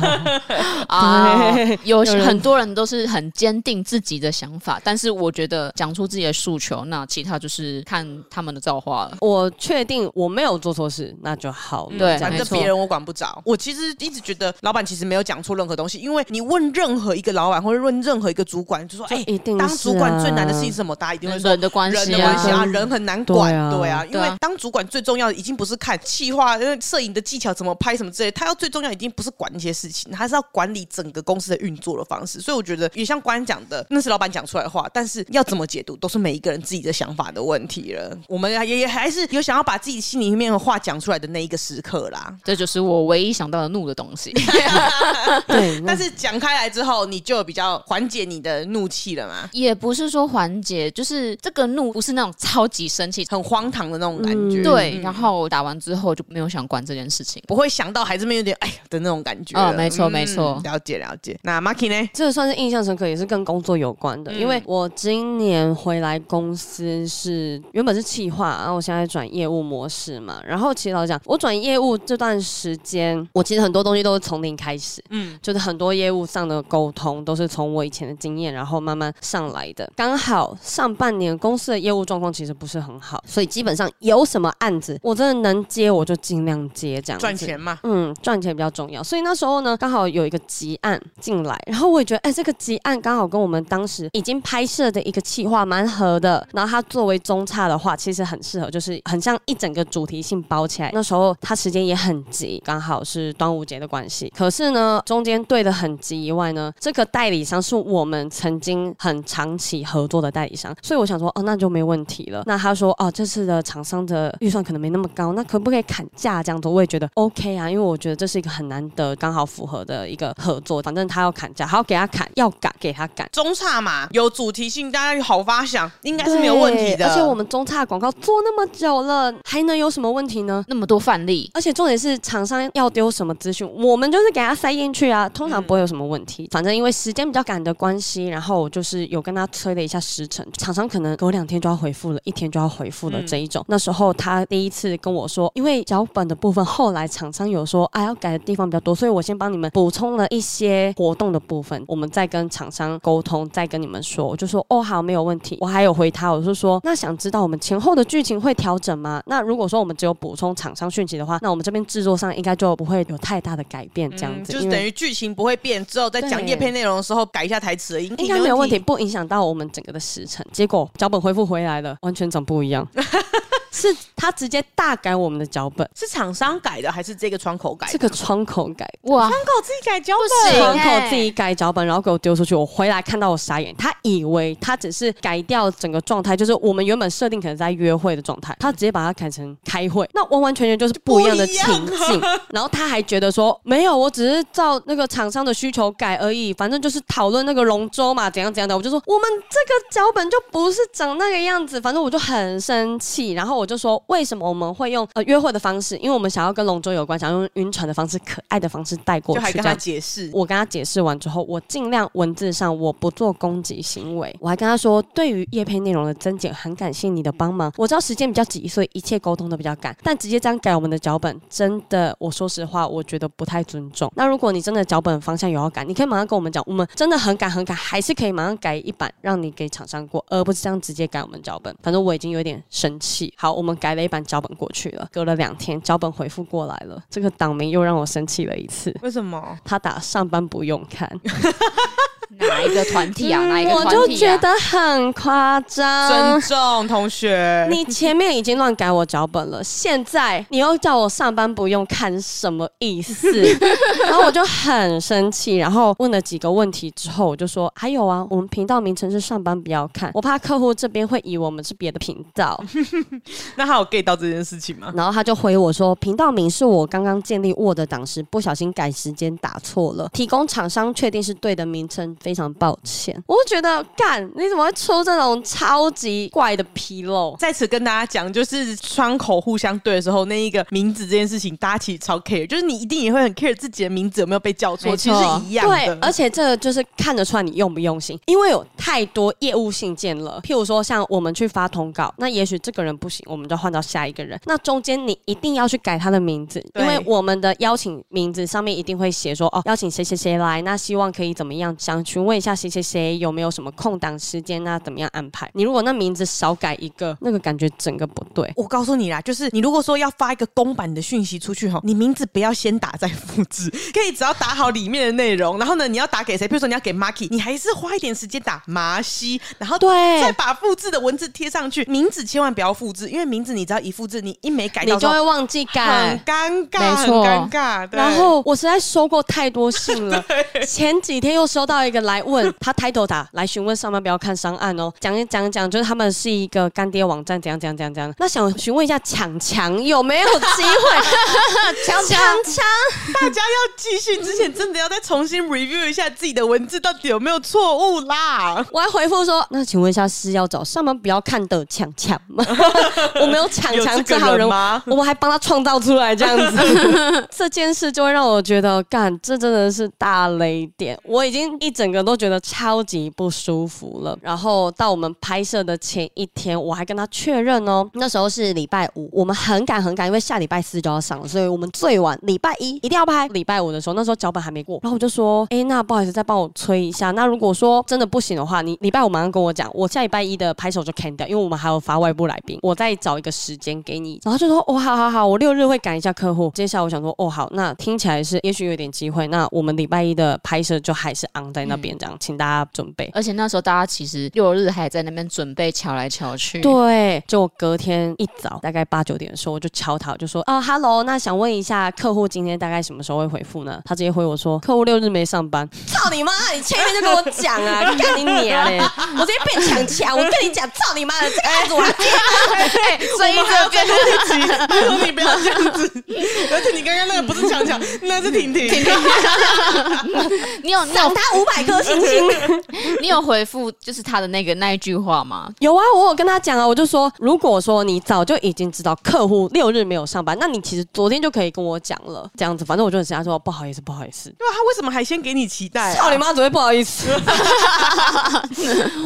S4: 啊
S2: 对，
S4: 有
S2: 有人
S4: 很多人都是很坚定自己的想法，但是我觉得讲出自己的诉求，那其他就是看他们的造化了。
S2: 我确定我没有做错事，那就好了。
S4: 对
S2: 这样
S3: 反
S4: 没
S3: 正
S4: 错
S3: 别人我管不着。我其实一直觉得老板其实没有讲错任何东西，因为你问任何一个老板或者问任何一个主管，就说：“哎、
S2: 一定
S3: 当
S2: 是
S3: 主管
S2: 啊
S3: 最难的事 情是什么？”大家一定会
S4: 人
S3: 说。
S4: 人的关
S3: 人
S4: 系
S3: 的关系
S4: 啊，
S3: 啊，
S2: 嗯
S3: 人很难管，
S2: 对啊
S3: 对啊，因
S4: 对
S3: 为
S4: 啊
S3: 当主管最重要的已经不是看企划、因为摄影的技巧怎么拍什么之类，他要最重要已经不是管那些事情，他是要管理整个公司的运作的方式。所以我觉得也像官讲的，那是老板讲出来的话，但是要怎么解读都是每一个人自己的想法的问题了。
S4: 嗯
S3: 我们也也还是有想要把自己心里面的话讲出来的那一个时刻啦。
S4: 这就是我唯一想到的怒的东西。
S2: 对，
S4: 嗯
S2: 那
S3: 但是讲开来之后，你就有比较缓解你的怒气了嘛，
S4: 也不是说缓解，就是这个怒不是那种超级生气，
S3: 很荒唐的那种感觉。
S4: 对，
S3: 嗯
S4: 然后打完之后就没有想管这件事情。
S3: 不会想到孩子们有点哎呀的那种感觉了。
S4: 哦没错
S3: 嗯
S4: 没错
S3: 了解了解。那 Marky 呢？
S2: 这个算是印象深刻，也是跟工作有关的。
S3: 嗯
S2: 因为我今年回来公司是原本是企划，然后我现在转业务模式嘛。然后其实老实讲，我转业务这段时间，我其实很多东西都是从零开始，
S3: 嗯，
S2: 就是很多业务上的沟通都是从我以前的经验，然后慢慢上来的。刚好上半年公司的业务状况其实不是很好，所以基本上有什么案子我真的能接我就尽量接，这样子
S3: 赚钱嘛，
S2: 嗯，赚钱比较重要，所以那时候呢，刚好有一个集案进来，然后我也觉得，哎、这个集案刚好跟我们当时已经拍摄的一个企划蛮合的。然后它作为中差的话，其实很适合，就是很像一整个主题性包起来。那时候它时间也很急，刚好是端午节的关系。可是呢，中间对的很急以外呢，这个代理商是我们曾经很长期合作的代理商，所以我想说，哦，那就没问题了。那他说，哦，这次的厂商的预算可能没那么高，那可不可以砍价这样子？我也觉得 OK 啊，因为我觉得这是一个很难得刚好符合的一个合作，反正他要砍价，好给他砍，要赶给他赶。
S3: 中差嘛，有主题性，大家好发想，应该是没有问题
S2: 对
S3: 的。
S2: 嗯而且我们中差广告做那么久了，还能有什么问题呢？
S4: 那么多范例，
S2: 而且重点是，厂商要丢什么资讯，我们就是给他塞进去啊，通常不会有什么问题。反正因为时间比较赶的关系，然后我就是有跟他催了一下时程，厂商可能隔两天就要回复了，一天就要回复了
S3: 嗯
S2: 这一种。那时候他第一次跟我说，因为脚本的部分后来厂商有说，哎、要改的地方比较多，所以我先帮你们补充了一些活动的部分，我们再跟厂商沟通，再跟你们说。我就说哦好，没有问题。我还有回他，我是说那想知道我们前后的剧情会调整吗？那如果说我们只有补充厂商讯息的话，那我们这边制作上应该就不会有太大的改变，这样
S3: 嗯
S2: 子，
S3: 就是
S2: 因
S3: 等
S2: 为
S3: 于剧情不会变，之后在讲
S2: 对
S3: 叶片内容的时候改一下台词而已，
S2: 应该没有 问题，。不影响到我们整个的时程。结果脚本恢复回来了，完全长不一样。是他直接大改我们的脚本，
S3: 是厂商改的还是这个窗口改的？
S2: 这个窗口改。
S4: 哇，
S3: 窗口自己改脚
S4: 不行
S2: 窗
S3: 本，
S2: 口自己改脚本，然后给我丢出去。我回来看到我傻眼，他以为他只是改掉整个状态，就是我们原本设定可能在约会的状态，他直接把它改成开会， 那完完全全就是不一样的情境。然后他还觉得说没有，我只是照那个厂商的需求改而已，反正就是讨论那个龙舟嘛，怎样怎样的。我就说我们这个脚本就不是长那个样子，反正我就很生气。然后我就说为什么我们会用呃约会的方式，因为我们想要跟龙舟有关，想要用晕船的方式、可爱的方式带过
S3: 就
S2: 去，
S3: 还跟
S2: 这
S3: 他
S2: 样
S3: 解释。
S2: 我跟他解释完之后，我尽量文字上我不做攻击行为，我还跟他说，对于叶配内容的增减，很感谢你的帮忙。我知道时间比较紧，所以一切沟通都比较赶，但直接这样改我们的脚本，真的，我说实话，我觉得不太尊重。那如果你真的脚本方向有要改，你可以马上跟我们讲，我们真的很赶很赶，还是可以马上改一版让你给厂商过，而不是这样直接改我们脚本。反正我已经有点生气。好，我们改了一版脚本过去了，隔了两天，脚本回复过来了，这个党名又让我生气了一次。
S3: 为什么？
S2: 他打上班不用 看，
S4: 哪一个团体啊？哪一
S2: 嗯
S4: 个
S2: 我
S4: 团体、啊？
S2: 就觉得很夸张
S3: 尊。重同学，
S2: 你前面已经乱改我脚本了，现在你又叫我上班不用看，什么意 思？然后我就很生气，然后问了几个问题之后，我就说还有啊，我们频道名称是上班不要看，我怕客户这边会以为我们是别的频道。
S3: 那他有 get 到这件事情吗？
S2: 然后他就回我说，频道名是我刚刚建立 Word 档时不小心改时间打错了，提供厂商确定是对的名称，非常抱歉。我就觉得干，你怎么会出这种超级怪的纰漏？
S3: 在此跟大家讲，就是窗口互相对的时候，那一个名字这件事情，大家其实超 care，就是你一定也会很 care 自己的名字有没有被叫错，
S4: 没
S3: 其
S4: 错
S3: 实是一样
S2: 对
S3: 的。，
S2: 而且这个就是看得出来你用不用心，因为有太多业务信件了。譬如说，像我们去发通告，那也许这个人不行，我们就换到下一个人。那中间你一定要去改他的名字，
S3: 对
S2: 因为我们的邀请名字上面一定会写说哦，邀请谁谁谁来，那希望可以怎么样？想询问一下谁谁谁有没有什么空档时间，那怎么样安排？你如果那名字少改一个，那个感觉整个不对。
S3: 我告诉你啦，就是你如果说要发一个公版的讯息出去哈，你名字不要先打再复制，可以只要打好里面的内容，然后呢，你要打给谁？比如说你要给 Marky，你还是花一点时间打麻西，然后
S2: 对
S3: 再把复制的文字贴上去。名字千万不要复制，因为名字你只要一复制，你一没改
S2: 你
S3: 到
S2: 就会忘记
S3: 很
S2: 改，
S3: 尴尬，
S4: 没
S3: 很
S4: 错
S3: 尴尬。对
S2: 然后我实在收过太多信了，前几天又收到一个来问他 title 打来询问上班不要看商案哦，讲一讲一讲，就是他们是一个干爹网站，怎样怎样怎样怎样。那想询问一下强强有没有机 会？强强强，
S3: 大家要继续之前，真的要再重新 review 一下自己的文字到底有没有错误啦。
S2: 我还回复说，那请问一下是要找上班不要看的强强吗？ 我没有强强
S3: 有这个
S2: 号人
S3: 人
S2: 物
S3: 吗
S2: 我们还帮他创造出来这样 子，这件事就会让我觉得，干，这真的是大雷点。我已经一整个都觉得超级不舒服了。然后到我们拍摄的前一天，我还跟他确认哦，那时候是礼拜五，我们很赶很赶，因为下礼拜四就要上了，所以我们最晚礼拜一一定要拍。礼拜五的时候，那时候脚本还没过，然后我就说，哎，那不好意思，再帮我催一下。那如果说真的不行的话，你礼拜五马上跟我讲，我下礼拜一的拍手就 can 掉，因为我们还有发外部来宾，我再找一个时间给你。然后就说，哦，好好好，我六日会赶一下客户。接下来我想说，哦，好，那听起来是也许有点机会，那我们礼拜一的拍摄就还是 on 在那边这样，请大家准备。
S4: 而且那时候大家其实六日还在那边准备瞧来瞧
S2: 嗯
S4: 去，
S2: 对，就我隔天一早大概八九点的时候，我就敲他，我就说啊，hello，那想问一下客户今天大概什么时候会回复呢？他直接回我说，客户六日没上班。 操你妈！你前面就跟我讲啊， 干你娘嘞！我直接变强强，我跟你讲，操你妈的，这个案子我还接。
S4: 哎所以 这
S3: 跟一起，拜 托你不要这样子。而且你刚刚那个不是强强，那是婷 婷。
S4: 你有你有
S2: 他五百颗星星。
S4: 你有回复就是他的那个那一句话吗？
S2: 有啊，我有跟他讲啊，我就说，如果说你早就已经知道客户六日没有上班，那你其实昨天就可以跟我讲了。这样子，反正我就很生气，他说不好意思，不好意思，
S3: 对啊，他为什么还先给你期待、啊
S2: 操你！妈，怎么会不好意思？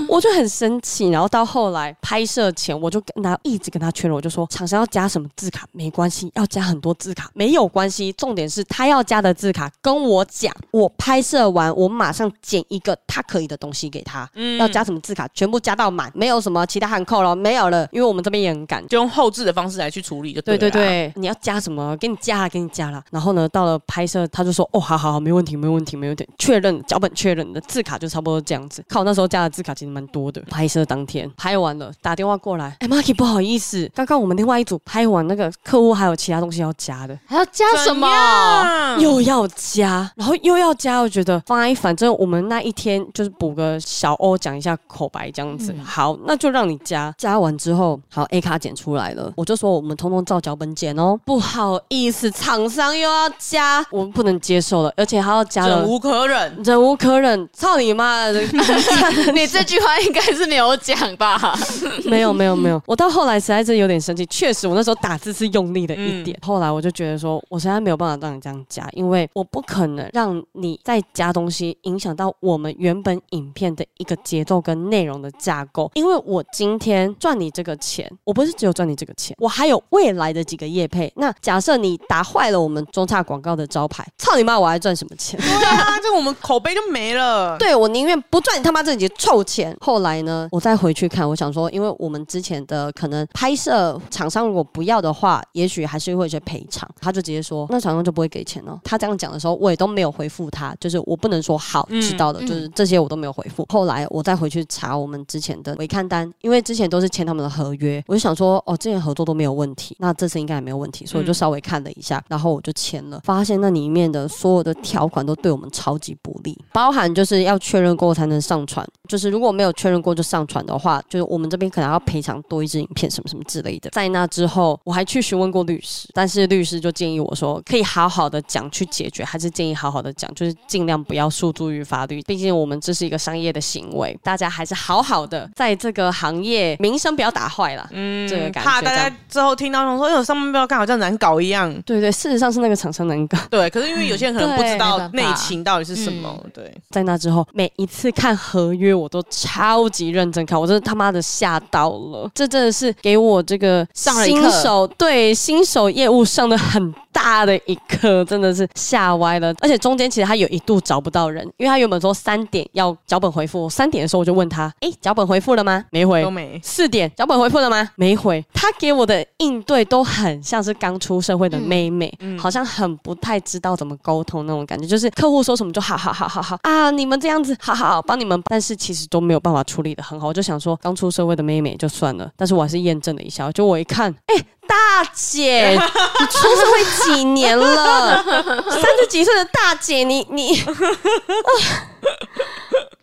S2: 我就很生气，然后到后来拍摄前，我就跟他一直跟他确认，我就说厂商要加什么字卡没关系，要加很多字卡没有关系，重点是他要加的字卡跟我讲，我拍摄完我马上剪一个他可以的东西给他，
S3: 嗯
S2: 要加什么字卡，全部加到满，没有什么其他函扣了，没有了，因为我们这边也很赶。
S3: 就用后置的方式来去处理就
S2: 对
S3: 对
S2: 对
S3: 了啊。
S2: 对，你要加什么？给你加啊了，给你加了。然后呢，到了拍摄，他就说：“哦，好好好，没问题，没问题，没问题。”确认脚本确认你的字卡就差不多这样子。看我那时候加的字卡其实蛮多的。拍摄当天拍完了，打电话过来，哎、m a r k y 不好意思，刚刚我们另外一组拍完那个客户还有其他东西要加的，
S4: 还要加什么？
S3: 怎样？
S2: 又要加，然后又要加，我觉得 fine，反正我们那一天就是补个小欧讲一下口白这样子。好，那就让你加。加完之后，好 A 卡剪出来了，我就说我们通通照脚本剪哦。不好意思，厂商又要加，我们不能接受了，而且还要加了
S3: 忍。无可忍，
S2: 忍无可忍，操你妈的！
S4: 你这句话应该是没有讲吧？
S2: 没有没有没有，我到后来实在是有点生气。确实，我那时候打字是用力的一点。后来我就觉得说，我实在没有办法让你这样加，因为我不可能让你再加东西，影响到我们原本影片的一个节奏跟内容的架构。因为我今天赚你这个钱，我不是只有赚你这个钱，我还有未来的几个业配。那假设你打坏了我们中差广告的招牌，操你妈，我还赚什么钱？
S3: 对啊，这个我们口碑就没 了。
S2: 对我宁愿不赚你他妈这几臭钱。后来呢，我再回去看，我想说，因为我们之前的可能拍摄厂商如果不要的话，也许还是会有一些赔偿。他就直接说，那厂商就不会给钱了。他这样讲的时候，我也都没有回复他，就是我不能说好
S3: 嗯
S2: 知道了，就是这些我都没有回复。后来我再回去查我们之前的回看单，因为之前都是签他们的合约，我就想说，哦，之前合作都没有问题，那这次应该也没有问题，所以我就
S3: 嗯
S2: 稍微看了一下，然后我就签了，发现那里面的所有的条款都对我们超级不利，包含就是要确认过才能上传，就是如果没有确认过就上传的话，就是我们这边可能要赔偿多一支影片什么什么之类的。在那之后，我还去询问过律师，但是律师就建议我说，可以好好的讲去解决，还是建议好好的讲，就是尽量不要诉诸于法律，毕竟我们这是一个商业的行为，大家还是好好的在这个行业名声不要打坏了。
S3: 嗯
S2: 这个感觉
S3: 怕大家之后听到想说，哎呦，上班不要干，好像难搞一样。
S2: 对对，事实上是那个厂商能搞。
S3: 对，可是因为有些人可能不知道
S4: 对没
S3: 内
S4: 办法
S3: 情到底是什么，对，
S2: 在那之后，每一次看合约我都超级认真看，我真的他妈的吓到了，这真的是给我这个
S4: 上了一
S2: 新
S4: 课
S2: 手对新手业务上的很大的一课，真的是吓歪了。而且中间其实他有一度找不到人，因为他原本说三点要脚本回复，三点的时候我就问他，诶，脚本回复了吗？没回
S3: 都。没。
S2: 四点，脚本回复了吗？没回。他给我的应对都很像是刚出社会的妹妹，
S3: 嗯嗯
S2: 好像很不太知道怎么沟通那种感觉，就是客户说什么就好好好好好
S3: 嗯
S2: 啊，你们这样子好好好帮你们，但是其实都没有办法处理的很好。我就想说，刚出社会的妹妹就算了，但是我还是验证了一下，就我一看，哎、大 姐，你出社会几年了？三十几岁的大姐，你你。 啊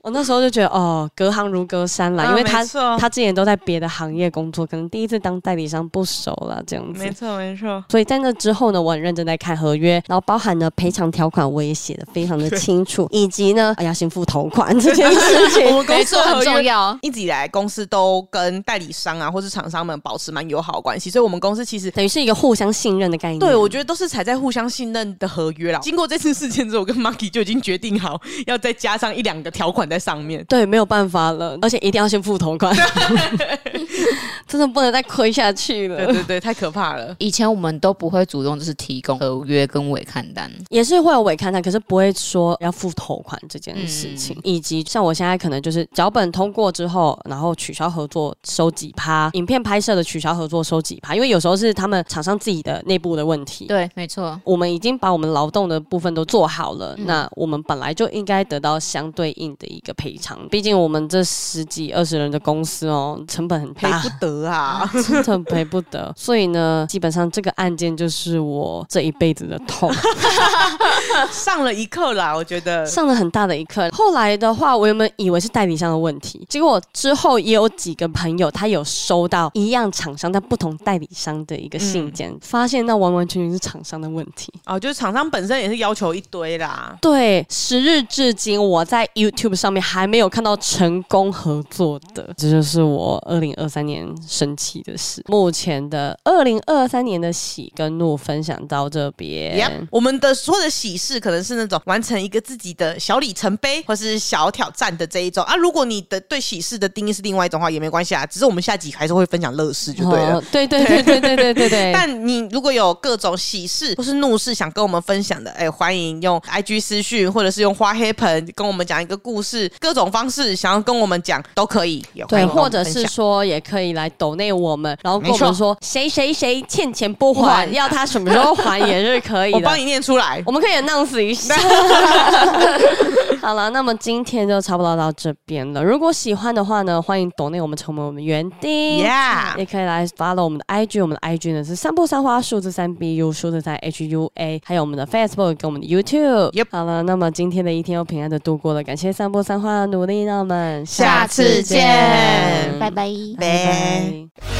S2: 我那时候就觉得，哦，隔行如隔山啦，
S3: 啊
S2: 因为她
S3: 没错
S2: 她之前都在别的行业工作，可能第一次当代理商不熟啦，这样子
S3: 没。错，没错。
S2: 所以在那之后呢，我很认真在看合约，然后包含呢赔偿条款我也写的非常的清楚， 以及呢，哎呀，先付头款这件事情。
S3: 我们
S4: 没
S3: 公司
S4: 错，
S3: 的
S4: 很
S3: 合
S4: 重
S3: 约
S4: 要。
S3: 一直以来公司都跟代理商啊或是厂商们保持蛮友好的关系，所以我们公司其实。
S2: 等于是一个互相信任的概念。
S3: 对，我觉得都是踩在互相信任的合约啦。经过这次事件之后，我 跟 Marky 就已经决定好要再加上一两个条款在上面。
S2: 对，没有办法了，而且一定要先付头 款， 真的不能再亏下去
S3: 对啊
S2: 了。
S3: 对对，太可怕 了。
S4: 以前我们都不会主动就是提供合约跟伪看单，
S2: 也是会有伪看单，可是不会说要付头款这件事情，
S3: 嗯
S2: 以及像我现在可能就是脚本通过之后，然后取消合作收几趴，影片拍摄的取消合作收几趴，因为有时候是他们厂商自己的内部的问题。
S4: 对，没错。
S2: 我们已经把我们劳动的部分都做好了，
S3: 嗯
S2: 那我们本来就应该得到相对应的一个赔偿。毕竟我们这十几二十人的公司哦，成本很
S3: 赔
S2: 大，
S3: 不得啊！
S2: 真的赔不得。所以呢，基本上这个案件就是我这一辈子的痛，
S3: 上了一课啦，我觉得。
S2: 上了很大的一课。后来的话，我原本以为是代理商的问题，结果之后也有几个朋友他有收到一样厂商但不同代理商的一个信件，发现那完完全全是厂商的问题。
S3: 哦，就是厂商本身也是要求一堆啦。
S2: 对，时日至今，我在 YouTube 上上面还没有看到成功合作的，这就是我二零二三年生气的事。目前的二零二三年的喜跟怒分享到这边。
S3: Yep，我们的所有的喜事可能是那种完成一个自己的小里程碑或是小挑战的这一种啊。如果你的对喜事的定义是另外一种的话，也没关系啊。只是我们下集还是会分享乐事就对了。
S2: 哦对对对对对对对对。
S3: 但你如果有各种喜事或是怒事想跟我们分享的，哎、欢迎用 IG 私讯或者是用花黑盆跟我们讲一个故事，各种方式想要跟我们讲都可以。也欢
S2: 对，
S3: 迎跟
S2: 或
S3: 我们
S2: 者
S3: 分
S2: 是
S3: 享
S2: 说也可以来抖内我们，然后跟我们
S3: 没错
S2: 说谁谁谁欠钱不
S4: 不
S2: 还，
S4: 还
S2: 要他什么时候还也是可以的。
S3: 我帮你念出来
S2: 我。们可以 announce 一 下。好了，那么今天就差不多到这边了。如果喜欢的话呢，欢迎抖内我们成为我们园丁。
S3: Yeah，
S2: 也可以来 follow 我们的 IG，我们的 IG 呢是三步三花数字三 BU 数字三 HUA，还有我们的 Facebook 跟我们的 YouTube。
S3: Yep
S2: 好了，那么今天的一天又平安的度过了，感谢三步三花的努力，让我们
S3: 下次见
S4: 拜拜。
S2: 拜拜。